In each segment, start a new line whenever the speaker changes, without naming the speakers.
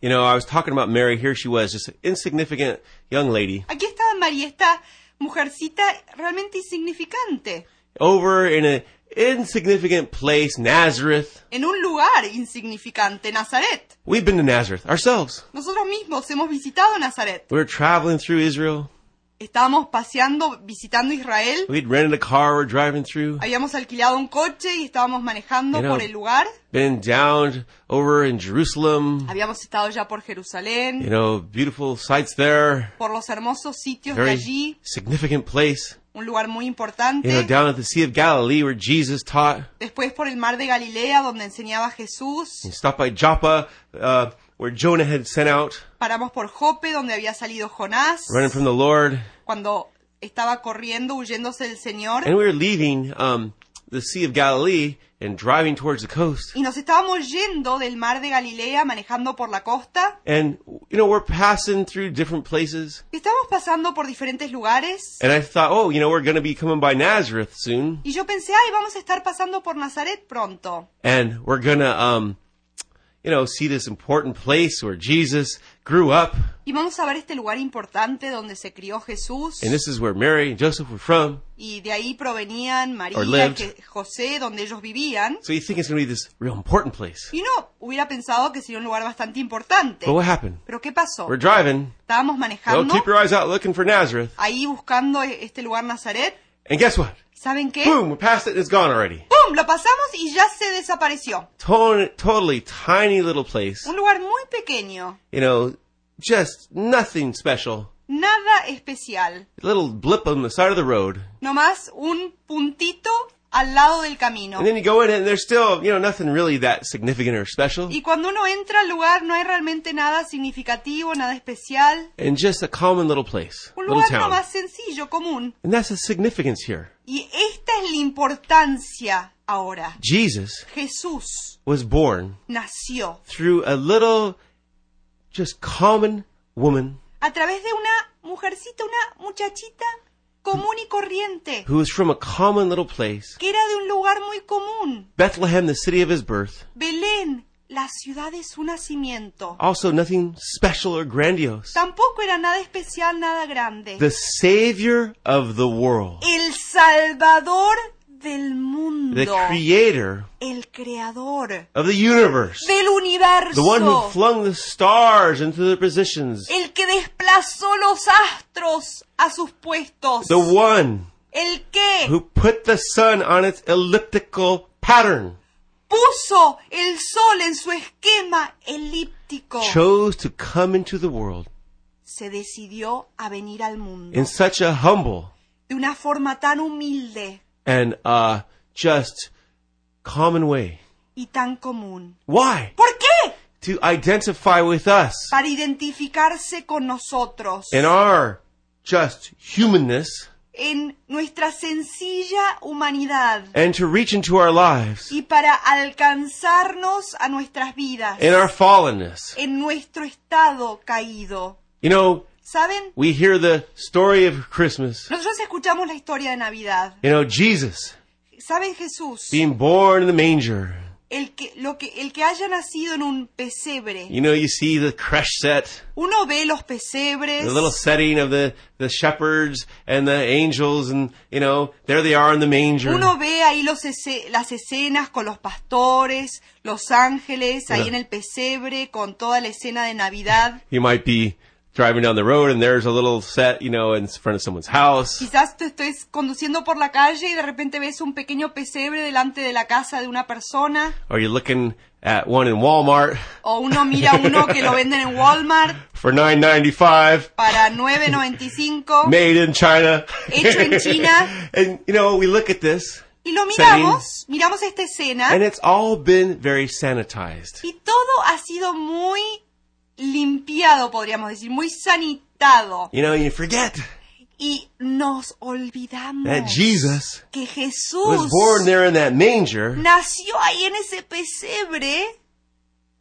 You know, I was talking about Mary. Here she was, this insignificant young lady,
Aquí estaba María, esta mujercita realmente insignificante,
over in an insignificant place, Nazareth.
en un lugar insignificante, Nazaret.
We've been to Nazareth ourselves.
Nosotros mismos hemos visitado Nazaret.
We were traveling through Israel.
Estábamos paseando, visitando Israel.
We'd rented a car. We're driving through.
Habíamos alquilado un coche y estábamos manejando
Era-
por el lugar.
Been down over in Jerusalem.
Habíamos estado ya por Jerusalén,
You know, beautiful sights there.
por los hermosos sitios de
Very
allí,
significant place.
un lugar muy
You know,
importante.
down at the Sea of Galilee where Jesus taught.
Después por el mar de Galilea, donde enseñaba Jesús.
You stopped by Joppa, uh, where Jonah had sent out,
Paramos por Jope, donde había salido Jonás,
running from the Lord.
cuando estaba corriendo, huyéndose del Señor.
And we were leaving um, the Sea of Galilee and driving towards the coast.
Y nos estábamos yendo del mar de Galilea, manejando por la costa.
And, you know, we're passing through different places.
Y estábamos pasando por diferentes lugares.
And I thought, oh, you know, we're going to be coming by Nazareth soon.
Y yo pensé, ay, vamos a estar pasando por Nazaret pronto.
And we're going to, um, you know, see this important place where Jesus grew up.
Y vamos a ver este lugar importante donde se crió Jesús.
And this is where Mary and Joseph were from.
Y de ahí provenían
Or
María,
lived.
que- José, donde ellos vivían.
So you think it's going to be this real important place.
Y uno hubiera pensado que sería un lugar bastante importante.
But what happened?
Pero ¿qué pasó?
We're driving.
Estábamos
Well,
manejando
keep your eyes out looking for Nazareth.
ahí buscando e- este lugar Nazaret.
And guess what?
¿Saben qué?
Boom, we're past it and it's gone already.
¡Pum! Lo pasamos y ya se desapareció.
Ton- totally tiny little place.
Un lugar muy pequeño,
You know, just nothing special.
nada especial.
Little blip on the side of the road.
Nomás un puntito al lado del camino.
And then you go in and there's still, you know, nothing really that significant or special.
Y cuando uno entra al lugar no hay realmente nada significativo, nada especial.
And just a common little place,
Un
little
lugar
town.
nomás sencillo, común.
And that's the significance here.
Y esta es la importancia ahora.
Jesus
Jesús
was born
nació
through a little, just common woman
a través de una mujercita, una muchachita común y corriente,
who was from a common little place.
que era de un lugar muy común.
Bethlehem, the city of his birth.
Belén, la ciudad de su nacimiento.
Also nothing special or grandiose.
Tampoco era nada especial, nada grande.
the Savior of the world,
El Salvador del mundo.
the Creator
El Creador
of the universe,
del universo.
the one who flung the stars into their positions,
el que desplazó los astros a sus puestos.
the one
el que
who put the sun on its elliptical pattern,
puso el sol en su esquema elíptico.
chose to come into the world
se decidió a venir al mundo
in such a humble
de una forma tan humilde
and uh, just common way.
y tan común.
Why?
¿Por qué?
To identify with us
Para identificarse con nosotros
in our just humanness
en nuestra sencilla humanidad
and to reach into our lives
y para alcanzarnos a nuestras vidas
in our fallenness.
en nuestro estado caído.
You know,
¿Saben?
we hear the story of Christmas.
Nosotros escuchamos la historia de Navidad.
You know, Jesus
¿Saben Jesús?
being born in the manger.
El que, lo que, el que haya nacido en un pesebre.
You know, you see the crush set,
Uno ve los pesebres.
the little setting of the, the shepherds and the angels, and, you know, there they are in the manger.
Uno ve ahí los esce- las escenas con los pastores, los ángeles, ahí
Mira.
en el pesebre, con toda la escena de Navidad.
You might be driving down the road and there's a little set, you know, in front of someone's house.
Quizás te estés conduciendo por la calle y de repente ves un pequeño pesebre delante de la casa de una persona,
Or you're looking at one in Walmart
o uno mira uno que lo venden en Walmart
for nine ninety five.
para 9.95,
Made in China.
Hecho en China.
and you know, we look at this
y lo miramos, miramos esta
and
escena,
it's all been very sanitized.
y todo ha sido muy limpiado, podríamos decir, muy sanitado,
You know, you forget
y nos
that
olvidamos.
Jesus
que
Eh, was
Jesús
born there in that manger
nació ahí en ese pesebre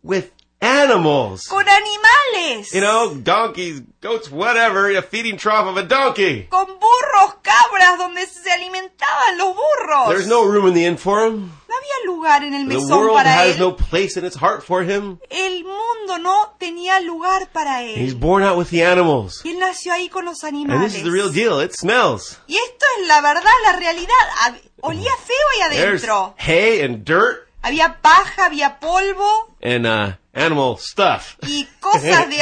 with animals.
con animales,
You know, donkeys, goats, whatever, a feeding trough of a donkey.
con burros, cabras, donde se alimentaban los burros.
There's no room in the inn for him.
No había lugar en el
The
mesón
world
para
has
él.
no place in its heart for him.
El mundo no tenía lugar para
And He's
él.
born out with the animals.
Y él nació ahí con los
And
animales.
this is the real deal. It smells.
Y esto es la verdad, la realidad. Hab- Olía feo ahí
There's
adentro.
hay and dirt
Había paja, había polvo
and uh, animal stuff.
y cosas de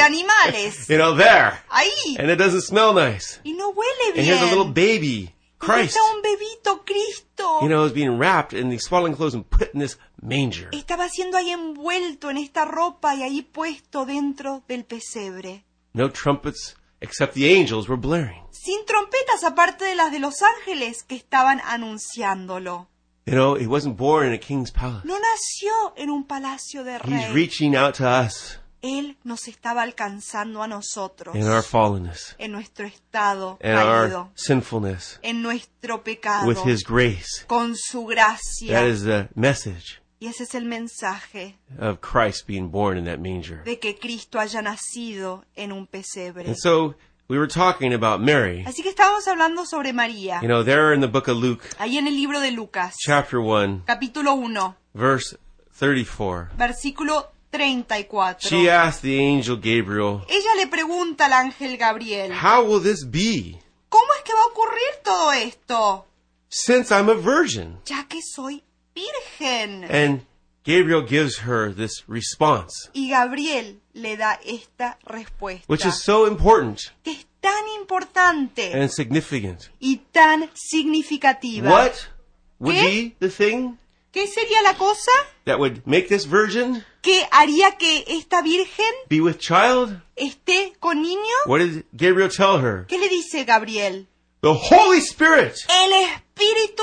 animales.
You know, there.
Ahí.
And it doesn't smell nice.
Y no huele
And here's a little
bien.
baby,
Y
Christ,
Está un bebito, Cristo.
you know, is being wrapped in these swaddling clothes and put in this manger.
Estaba siendo ahí envuelto en esta ropa y ahí puesto dentro del pesebre.
No trumpets except the angels were blaring.
Sin trompetas aparte de las de los ángeles que estaban anunciándolo.
You know, he wasn't born in a king's palace.
No nació en un palacio de
He's
rey.
reaching out to us
Él nos estaba alcanzando a nosotros
in our fallenness
en nuestro estado
and our
caído,
sinfulness
en nuestro pecado,
with his grace.
con
That
su gracia.
is the message
Y ese es el mensaje
of Christ being born in that manger.
de que Cristo haya nacido en un pesebre.
And so we were talking about Mary.
Así que estábamos hablando sobre María,
You know, there in the book of Luke,
ahí en el libro de Lucas,
chapter 1,
capítulo 1,
verse 34.
versículo 34.
She asked the angel Gabriel,
Ella le pregunta al ángel Gabriel,
How will this be,
¿cómo es que va a ocurrir todo esto?
since I'm a virgin?
Ya que soy virgen.
And Gabriel gives her this response,
Y Gabriel le da esta respuesta,
which is so important
que es tan importante
and significant.
y tan significativa.
What would
¿Qué?
be the thing
¿Qué sería la cosa
that would make this virgin
que haría que esta virgen
be with child?
esté con niño?
What did Gabriel tell her?
¿Qué le dice Gabriel?
The Holy Spirit
El Espíritu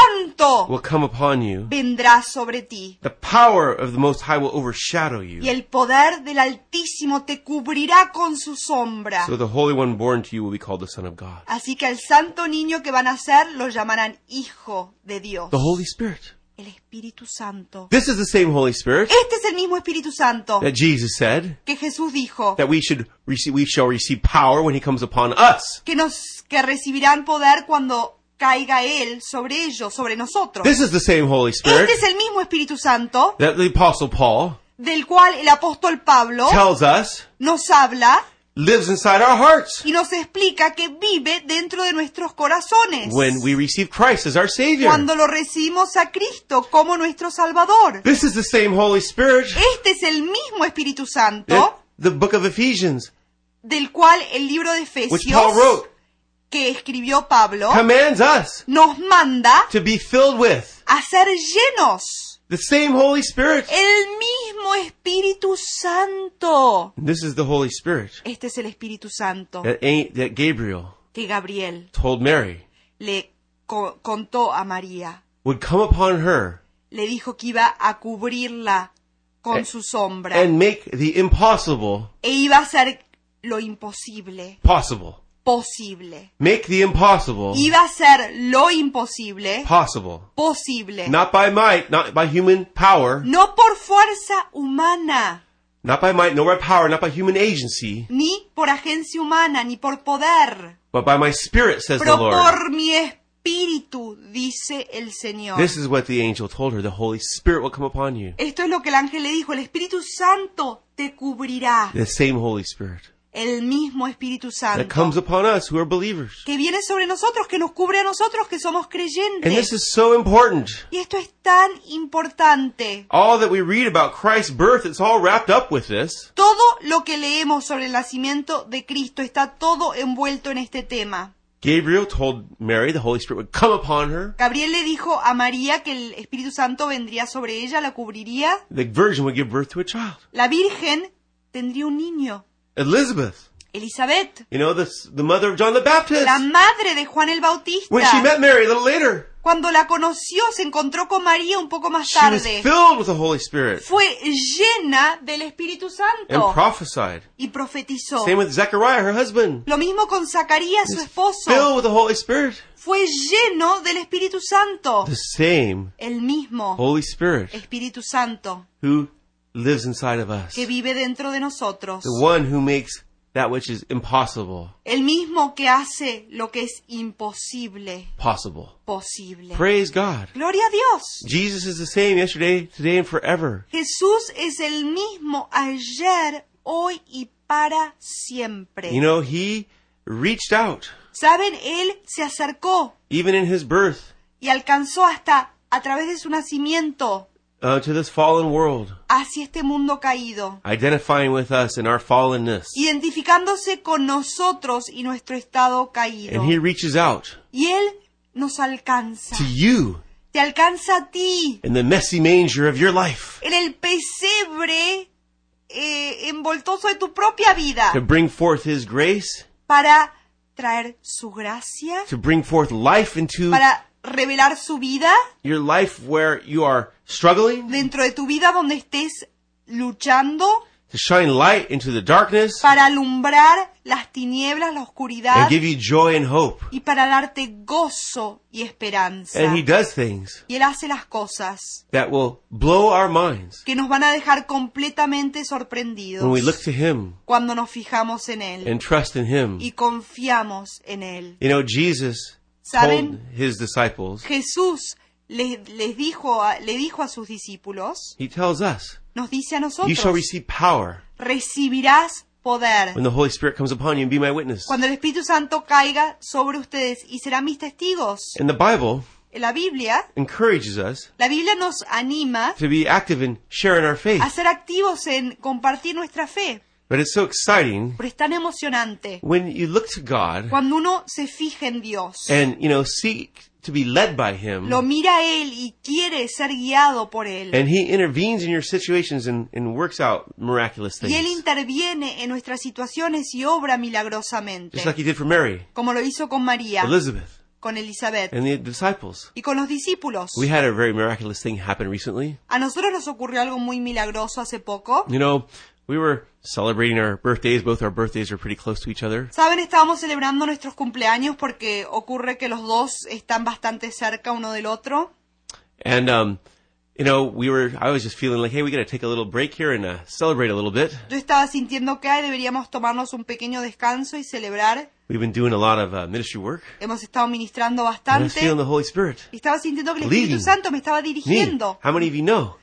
Santo
will come upon you.
vendrá sobre ti
The power of the Most High will overshadow
y
you.
el poder del Altísimo te cubrirá con su sombra.
So the Holy One born to you will be called the Son of God.
Así que al santo niño que van a ser lo llamarán Hijo de Dios.
The Holy Spirit.
El Espíritu Santo.
This is the same Holy Spirit
Este es el mismo Espíritu Santo
that Jesus said
que Jesús dijo
that we should receive, we shall receive power when he comes upon us.
que nos que recibirán poder cuando caiga él sobre ellos, sobre nosotros.
This is the same Holy Spirit
Este es el mismo Espíritu Santo
that the apostle Paul
del cual el apóstol Pablo
tells us
nos habla
lives inside our hearts
y nos explica que vive dentro de nuestros corazones
when we receive Christ as our Savior.
cuando lo recibimos a Cristo como nuestro Salvador.
This is the same Holy Spirit
Este es el mismo Espíritu
that
Santo
the book of Ephesians,
del cual el libro de
which Paul
Efesios
wrote,
que escribió Pablo
commands us
nos manda
to be filled with.
a ser llenos.
The same Holy Spirit.
El mismo Espíritu Santo.
And This is the Holy Spirit
Este es el Espíritu Santo
that, ain't, that Gabriel
que Gabriel
told Mary
le co- contó a María.
would come upon her
Le dijo que iba a cubrirla con su sombra
and make the impossible
e iba a hacer lo imposible
possible.
posible.
Make the impossible
Iba a hacer lo imposible
possible.
posible.
Not by might, not by human power,
No por fuerza humana,
not by might, nor by power, not by human agency,
ni por agencia humana, ni por poder.
but by my spirit, says the
Pero
Lord.
por mi espíritu, dice el Señor.
This is what the angel told her. The Holy Spirit will come upon you.
Esto es lo que el ángel le dijo, el Espíritu Santo te cubrirá.
The same Holy Spirit
El mismo Espíritu
that
Santo
comes upon us who are believers.
que viene sobre nosotros, que nos cubre a nosotros que somos
And this
creyentes.
is so important.
Y esto es tan importante.
All that we read about Christ's birth, it's all wrapped up with this.
Todo lo que leemos sobre el nacimiento de Cristo está todo envuelto en este tema.
Gabriel told Mary the Holy Spirit would come upon her.
Gabriel le dijo a María que el Espíritu Santo vendría sobre ella, la cubriría.
The virgin would give birth to a child.
La Virgen tendría un niño,
Elizabeth,
Elizabeth.
you know, the, the mother of John the Baptist.
La madre de Juan el Bautista.
When she met Mary a little later,
Cuando la conoció, se encontró con María un poco más
she was
tarde.
filled with the Holy Spirit
Fue llena del Espíritu
and
Santo
prophesied.
y profetizó.
Same with Zechariah, her husband.
Lo mismo con Zacarías, su
Filled
esposo.
with the Holy Spirit.
Fue lleno del Espíritu Santo.
The same Oh.
El mismo
Holy Spirit
Espíritu Santo
who lives inside of us.
que vive dentro de nosotros.
The one who makes that which is impossible
El mismo que hace lo que es imposible
possible.
posible.
Praise God.
Gloria a Dios.
Jesus is the same yesterday, today, and forever.
Jesús es el mismo ayer, hoy y para siempre.
You know, he reached out,
Saben, Él se acercó
even in his birth,
y alcanzó hasta a través de su nacimiento
uh, to this fallen world,
hacia este mundo caído,
identifying with us in our fallenness.
identificándose con nosotros y nuestro estado caído.
And he reaches out
Y Él nos alcanza.
to you
Te alcanza a ti
in the messy manger of your life
en el pesebre eh, envoltoso de tu propia vida
to bring forth his grace,
para traer su gracia,
to bring forth life into
para revelar su vida
your life where you are struggling,
dentro de tu vida donde estés luchando
to shine light into the darkness
para alumbrar las tinieblas, la oscuridad
and give you joy and hope.
y para darte gozo y esperanza.
And he does things
Y Él hace las cosas
that will blow our minds
que nos van a dejar completamente
when we
sorprendidos
look to him
cuando nos fijamos en Él
and trust in him.
y confiamos en Él.
You know, Jesus told
¿Saben?
his disciples,
Jesús les, les dijo, a- le dijo a sus discípulos,
he tells us,
nos dice a
you shall
nosotros,
receive power
recibirás poder
when the Holy Spirit comes upon you and be my witness.
cuando el Espíritu Santo caiga sobre ustedes y serán mis testigos.
And the Bible
En la Biblia,
encourages us
la Biblia nos anima
to be active in sharing our
a
faith.
ser activos en compartir nuestra fe,
But it's so exciting
pero es tan emocionante
when you look to God
cuando uno se fija en Dios,
and, you know, seek to be led by him
lo mira a Él y quiere ser guiado por Él.
and he intervenes in your situations and, and works out miraculous
Y Él
things.
interviene en nuestras situaciones y obra
Just like
milagrosamente,
he did for Mary,
como lo hizo con María,
Elizabeth,
con Elizabeth
and the disciples.
y con los discípulos.
We had a very miraculous thing happen recently.
A nosotros nos ocurrió algo muy milagroso hace poco.
You know, we were celebrating our birthdays. Both our birthdays are pretty close to each other.
Saben, estábamos celebrando nuestros cumpleaños porque ocurre que los dos están bastante cerca uno del otro.
And, um, you know, we were, I was just feeling like, hey, we gotta take a little break here and uh, celebrate a little bit.
Yo estaba sintiendo que ay, deberíamos tomarnos un pequeño descanso y celebrar.
We've been doing a lot of uh, ministry work.
Hemos estado ministrando
And I was
bastante.
feeling the Holy Spirit.
Y estaba sintiendo que el
Leading.
Espíritu Santo me estaba
Me.
dirigiendo.
How many of you know?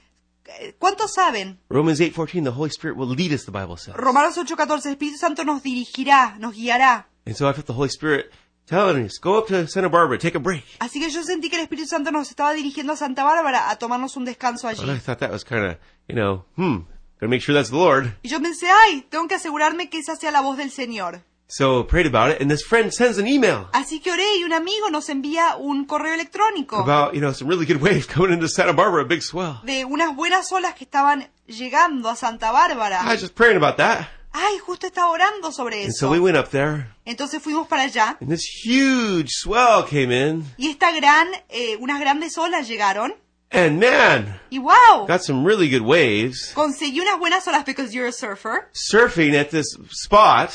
Eh, ¿Cuántos saben?
Romans 8.14, the Holy Spirit will lead us, the Bible says.
Romanos 8:14, el Espíritu Santo nos dirigirá, nos guiará.
And so I felt the Holy Spirit telling us, go up to Santa Barbara, take a break.
Así que yo sentí que el Espíritu Santo nos estaba dirigiendo a Santa Bárbara a tomarnos un descanso
And I
allí.
thought that was kind of, you know, hmm, gotta make sure that's the Lord.
Y yo pensé, ay, tengo que asegurarme que esa sea la voz del Señor.
So I prayed about it, and this friend sends an email
Así que oré y un amigo nos envía un correo electrónico
about, you know, some really good waves coming into Santa Barbara, a big swell.
de unas buenas olas que estaban llegando a Santa
I
Bárbara.
was just praying about that.
Ay, justo estaba orando sobre
And so we
eso.
went up there,
Entonces fuimos para allá
and this huge swell came in,
y esta gran, eh, unas grandes olas llegaron
and man,
y wow,
got some really good waves.
conseguí unas buenas olas because you're a surfer,
Surfing at this spot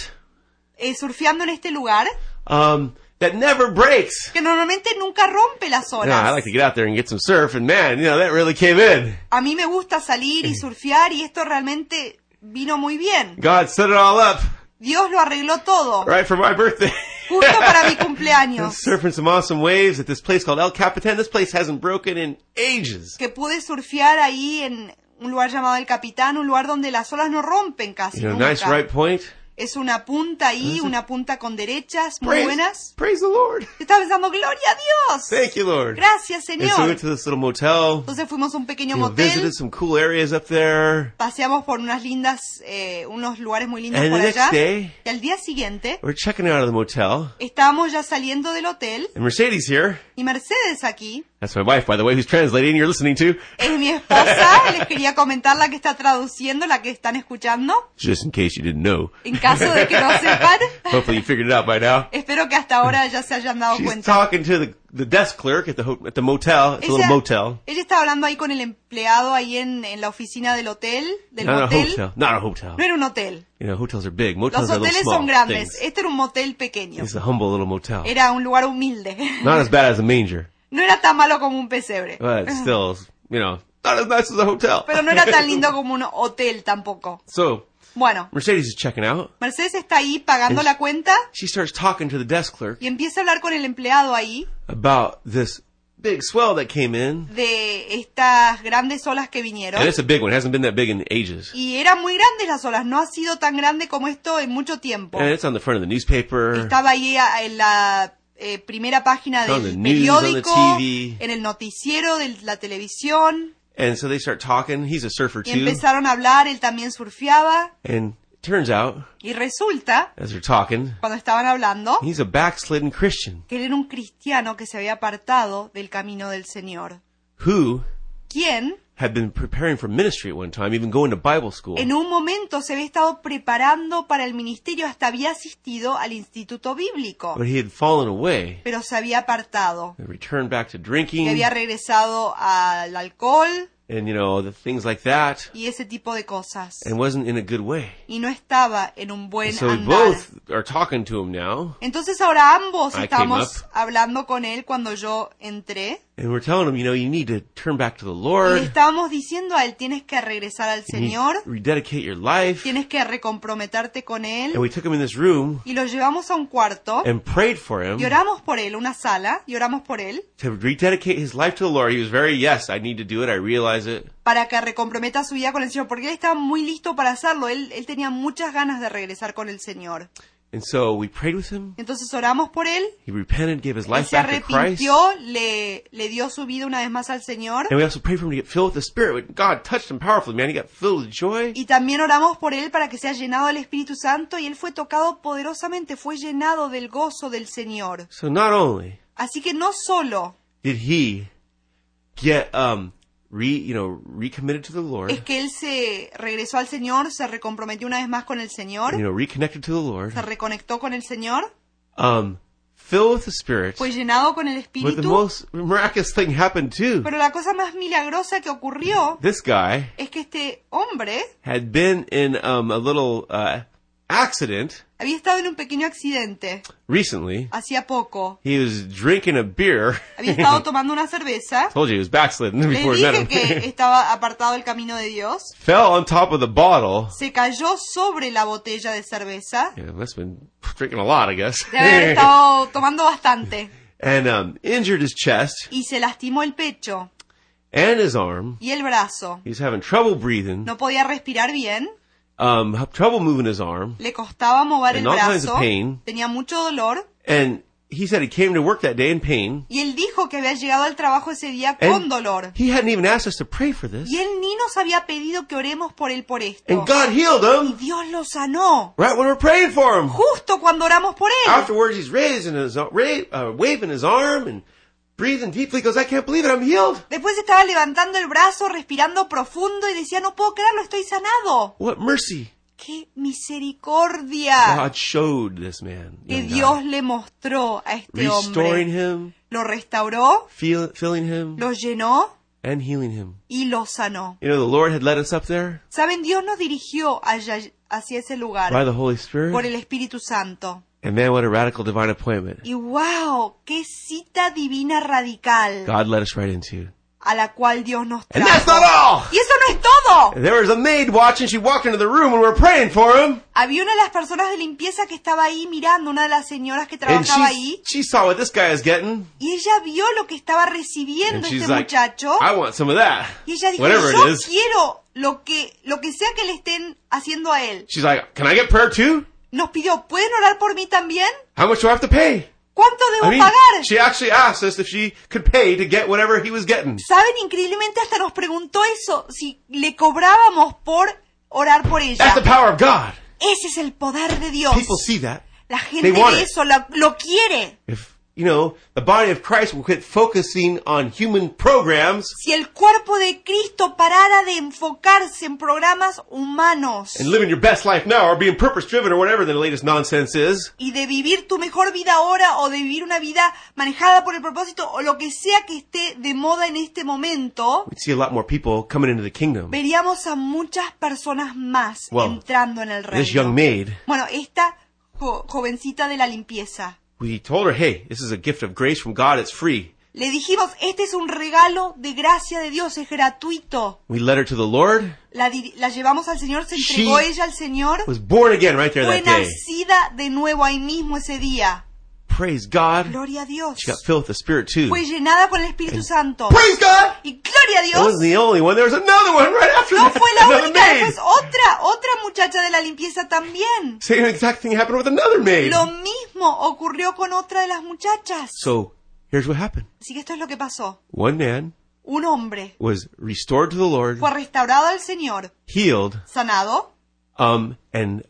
eh, surfeando en este lugar
um, that never breaks.
que normalmente nunca rompe las
Now, I
olas.
like to get out there and get some surf, and man, you know, that really came in.
A mí me gusta salir y surfear y esto realmente vino muy bien.
God set it all up
Dios lo arregló todo,
right for my birthday.
justo para mi cumpleaños.
Surfing some awesome waves at this place called El Capitan. This place hasn't broken in ages.
que pude surfear ahí en un lugar llamado El Capitán, un lugar donde las olas no rompen casi
You know,
nunca.
nice right point.
Es una punta ahí, una punta con derechas muy
Praise,
buenas.
praise the Lord.
Yo estaba pensando, ¡Gloria a Dios!
Thank you, Lord.
Gracias,
And so we
Señor.
went to this little motel.
Entonces fuimos a un
You
pequeño
know, visited
motel,
some cool areas up there.
paseamos por unas lindas, eh, unos lugares muy lindos
And
por
the
allá.
next day,
Y al día siguiente,
we're checking out of the motel.
estábamos ya saliendo del hotel
And Mercedes here.
y Mercedes aquí,
That's my wife, by the way, who's translating. You're listening to.
es mi esposa, les quería comentar la que está traduciendo, la que están escuchando,
Just in case you didn't know.
en caso de que no sepan.
Hopefully you figured it out by now.
Espero que hasta ahora ya se hayan dado
She's
cuenta.
talking to the, the desk clerk at the ho- at the motel. It's a little motel.
ella está hablando ahí con el empleado ahí en, en la oficina del hotel, del
Not a
motel.
hotel. Not a hotel.
No era un hotel.
You know, hotels are big.
Los
Motels are little
hoteles
small
son grandes.
things.
Este era un motel pequeño.
It's a humble little motel.
Era un lugar humilde.
Not as bad as a manger,
No era tan malo como un pesebre.
but still, you know, Not as nice as a hotel.
Pero no era tan lindo como un hotel tampoco.
so
Bueno,
Mercedes is checking out.
Mercedes está ahí pagando la cuenta
She starts talking to the desk clerk
y empieza a hablar con el empleado ahí
about this big swell that came in.
de estas grandes olas que
And
vinieron.
it's a big one. It hasn't been that big in ages.
Y eran muy grandes las olas, no ha sido tan grande como esto en mucho tiempo.
And it's on the front of the newspaper.
Estaba ahí a- en la eh, primera página
On the
del
news, on the
periódico,
TV.
en el noticiero de la televisión.
And so they start talking. He's a surfer
Y
too.
empezaron a hablar, él también surfeaba.
And turns out,
Y resulta,
as they're talking,
cuando estaban hablando,
he's a backslidden Christian
que él era un cristiano que se había apartado del camino del Señor.
who
Quien,
had been preparing for ministry at one time, even going to Bible school.
en un momento, se había estado preparando para el ministerio, hasta había asistido al instituto bíblico,
But he had fallen away
pero se había apartado.
and returned back to
Y
drinking
había regresado al alcohol
and, you know, the things like that
y ese tipo de cosas.
and wasn't in a good way.
y no estaba en un buen
So we
andar.
both are talking to him now
Entonces ahora ambos
I
estamos
came
hablando con él cuando yo entré.
and we're telling him, you know, you need to turn back to the
Y le
Lord.
estábamos diciendo a él, tienes que regresar al
You need to
Señor,
rededicate your life.
tienes que recomprometerte con
And
él.
we took him in this room
Y lo llevamos a un cuarto
and prayed for him
y oramos por él, una sala, y oramos por él,
to rededicate his life to the Lord. He was very, yes, I need to do it. I realize it.
para que recomprometa su vida con el Señor, porque él estaba muy listo para hacerlo, él, él tenía muchas ganas de regresar con el Señor.
And so we prayed with him.
Entonces oramos por él,
He repented, gave his
él
life
se
back to Christ.
arrepintió, le, le dio su vida una vez más al Señor.
And we also prayed for him to get filled with the Spirit. God touched him powerfully, man. He got filled with joy.
Y también oramos por él para que sea llenado del Espíritu Santo y él fue tocado poderosamente, fue llenado del gozo del Señor.
So not only
Así que no solo
did he get um re you know recommitted to the Lord,
es que él se regresó al Señor, se recomprometió una vez más con el
and, you
Señor,
know reconnected to the Lord,
se reconectó con el Señor,
um filled with the Spirit.
fue llenado con el
But the
Espíritu,
most miraculous thing happened too.
pero la cosa más milagrosa que ocurrió
This guy
es que este hombre
had been in um a little uh accident
había estado en un pequeño accidente
recently.
hacía poco,
He was drinking a beer.
había estado tomando una cerveza,
Told you he was backslidden
le
before we met
dije
him.
que estaba apartado del camino de Dios.
Fell on top of the bottle.
se cayó sobre la botella de cerveza.
Yeah, must have been drinking a lot, I guess.
De haber estado tomando bastante.
and um, injured his chest
Y se lastimó el pecho
and his arm.
y el brazo.
He's having trouble breathing,
No podía respirar bien.
um, ha- trouble moving his arm,
Le costaba mover
And
el
all kinds
brazo.
of pain.
Tenía mucho dolor.
and he said he came to work that day in pain.
Y él dijo que había llegado al trabajo ese día con
And
dolor.
he hadn't even asked us to pray for this,
Y él ni nos había pedido que oremos por él por esto.
and God healed
Y
him
Dios lo sanó.
right when we're praying for him.
Justo cuando oramos por él.
Afterwards, he's raising his ar- ra- uh, waving his arm and breathing deeply. He goes, "I can't believe it! I'm healed."
Después estaba levantando el brazo, respirando profundo y decía, no puedo creerlo, estoy sanado.
What mercy
¡Qué misericordia!
God showed this man,
que
young
Dios
guy.
le mostró a este
restoring
hombre.
him,
Lo restauró,
feel, filling him,
lo llenó
and healing him.
y lo sanó.
You know, the Lord had led us up there
Saben, Dios nos dirigió allá, hacia ese
by
lugar
the Holy
por
Spirit.
el Espíritu Santo.
And man, what a radical divine appointment
Y wow, qué cita divina radical
God led us right into.
a la cual Dios nos
And that's
trajo.
not all!
Y eso no es todo.
There was a maid watching. She walked into the room and we were praying for him.
Había una de las personas de limpieza que estaba ahí mirando, una de las señoras que
And
trabajaba
she,
ahí,
she saw what this guy is getting.
y ella vio lo que estaba
And
recibiendo este
she's like,
muchacho.
I want some of that.
Y ella dijo,
Whatever
yo
it is.
quiero lo que, lo que sea que le estén haciendo a él.
She's like, Can I get prayer too?
Nos pidió, ¿pueden orar por mí también?
How much do I have to pay?
¿Cuánto debo
I mean,
pagar?
she actually asked us if she could pay to get whatever he was getting.
Saben, increíblemente hasta nos preguntó eso, si le cobrábamos por orar por ella.
That's the power of God.
Ese es el poder de Dios.
People see that.
La gente
they want
ve
it.
eso, la- lo quiere.
If, you know, the body of Christ will quit focusing on human programs
Si el cuerpo de Cristo parara de enfocarse en programas humanos
and living your best life now or being purpose driven or whatever the latest nonsense is,
y de vivir tu mejor vida ahora o de vivir una vida manejada por el propósito o lo que sea que esté de moda en este momento,
we'd see a lot more people coming into the kingdom.
veríamos a muchas personas más
Well,
entrando en el reino.
This young maid,
Bueno, esta jo- jovencita de la limpieza.
we told her, hey, this is a gift of grace from God. It's free.
Le dijimos, este es un regalo de gracia de Dios, es gratuito.
We led her to the Lord.
La, diri- la llevamos al Señor, se entregó
She-
ella al Señor.
Was born again right there
Fue
that day.
nacida de nuevo ahí mismo ese día.
Praise God.
Gloria a Dios.
She got filled with the Spirit too.
Fue llenada por el Espíritu Santo.
Praise God.
Y gloria a
It
Dios.
wasn't the only one. There was another one right after
No
that.
fue la
another
única,
maid.
después otra, otra muchacha de la limpieza también.
Same exact thing happened with another maid.
Lo mismo ocurrió con otra de las muchachas.
So here's what happened.
Así que esto es lo que pasó.
One man
Un hombre
was restored to the Lord,
fue restaurado al Señor,
healed,
sanado
um, and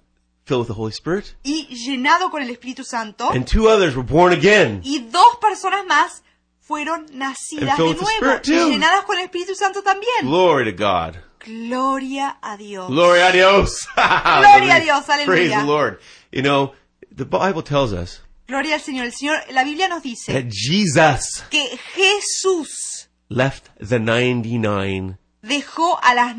filled with the Holy Spirit.
y llenado con el Espíritu Santo.
And two others were born again.
Y dos personas más fueron nacidas
And filled
de
with the
nuevo
Spirit
y
too.
llenadas con el Espíritu Santo también.
Glory to God.
Gloria a Dios.
Glory a Dios.
Gloria a Dios. Aleluya.
Praise the Lord. You know, the Bible tells us
Gloria al Señor. El Señor, la Biblia nos dice
that Jesus
que Jesús
left the 99.
dejó a las
He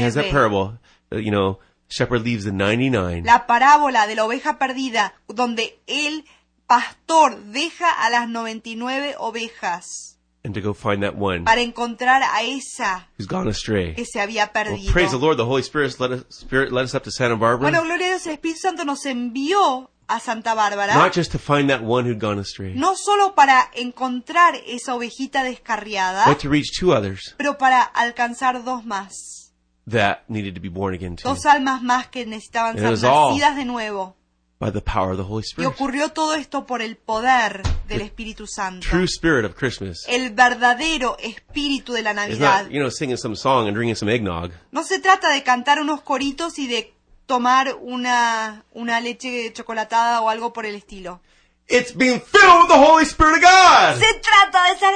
has that
99.
parable, uh, you know, shepherd leaves the 99
La parábola de la oveja perdida, donde el pastor deja a las 99 ovejas
and to go find that one
para encontrar a esa
who's gone astray.
que se había
Well,
perdido.
praise the Lord. The Holy Spirit led us, Spirit led us up to Santa
Bueno,
Barbara,
gloria a Dios, el Espíritu Santo nos envió a Santa Bárbara.
not just to find that one who'd gone astray,
no solo para encontrar esa ovejita descarriada,
but to reach two others
pero para alcanzar dos más,
that needed to be born again too
dos almas más que necesitaban
It
ser
was all
nacidas de nuevo.
by the power of the Holy
Y
Spirit.
ocurrió todo esto por el poder del Espíritu Santo.
True spirit of Christmas.
El verdadero espíritu de la
It's
Navidad.
not, you know, singing some song and drinking some eggnog.
No se trata de cantar unos coritos y de tomar una, una leche chocolatada o algo por el estilo.
It's being filled with the Holy Spirit of God.
Se trata de ser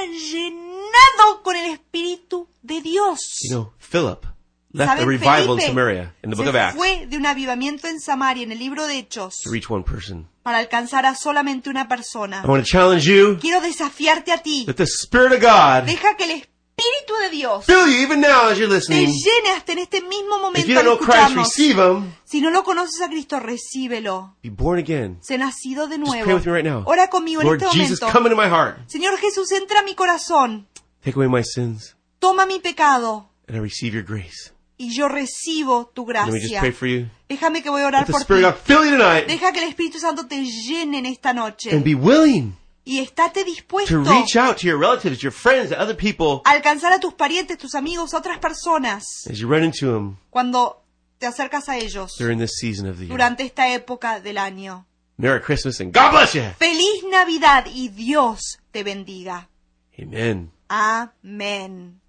llenado con el Espíritu de Dios.
You know, Philip left a
¿Saben,
revival in
Felipe
Samaria in the book
se
of Acts
fue de un avivamiento en Samaria, en el libro de Hechos,
to reach one person.
para alcanzar a solamente una persona.
I want to challenge you
Quiero desafiarte a ti.
that the Spirit of God
Deja que el Espíritu de Dios
fill you even now as you're
te
listening.
llene hasta en este mismo
If you
momento.
don't
al
know Christ,
escucharnos.
receive Him.
Si no lo conoces a Cristo, recíbelo.
Be born again.
Se nacido de
Just pray with me right
nuevo.
now.
Ora conmigo en
Lord
este
Jesus,
momento.
come into my heart.
Señor Jesús, entra a mi corazón.
Take away my sins,
Toma mi pecado
and I receive your grace.
y yo recibo tu
Let me just
gracia.
pray for you.
Déjame que voy a
Let
orar
the
por
Spirit
ti.
of God fill you tonight,
Deja que el Espíritu Santo te llene en esta noche.
and be willing
y estate dispuesto
to reach out to your relatives, your friends, to other people
a alcanzar a tus parientes, tus amigos, a otras personas
as you run into them
cuando te acercas a ellos
during this season of the year.
durante esta época del año.
Merry Christmas and God bless you.
Feliz Navidad y Dios te bendiga.
Amen.
Amén.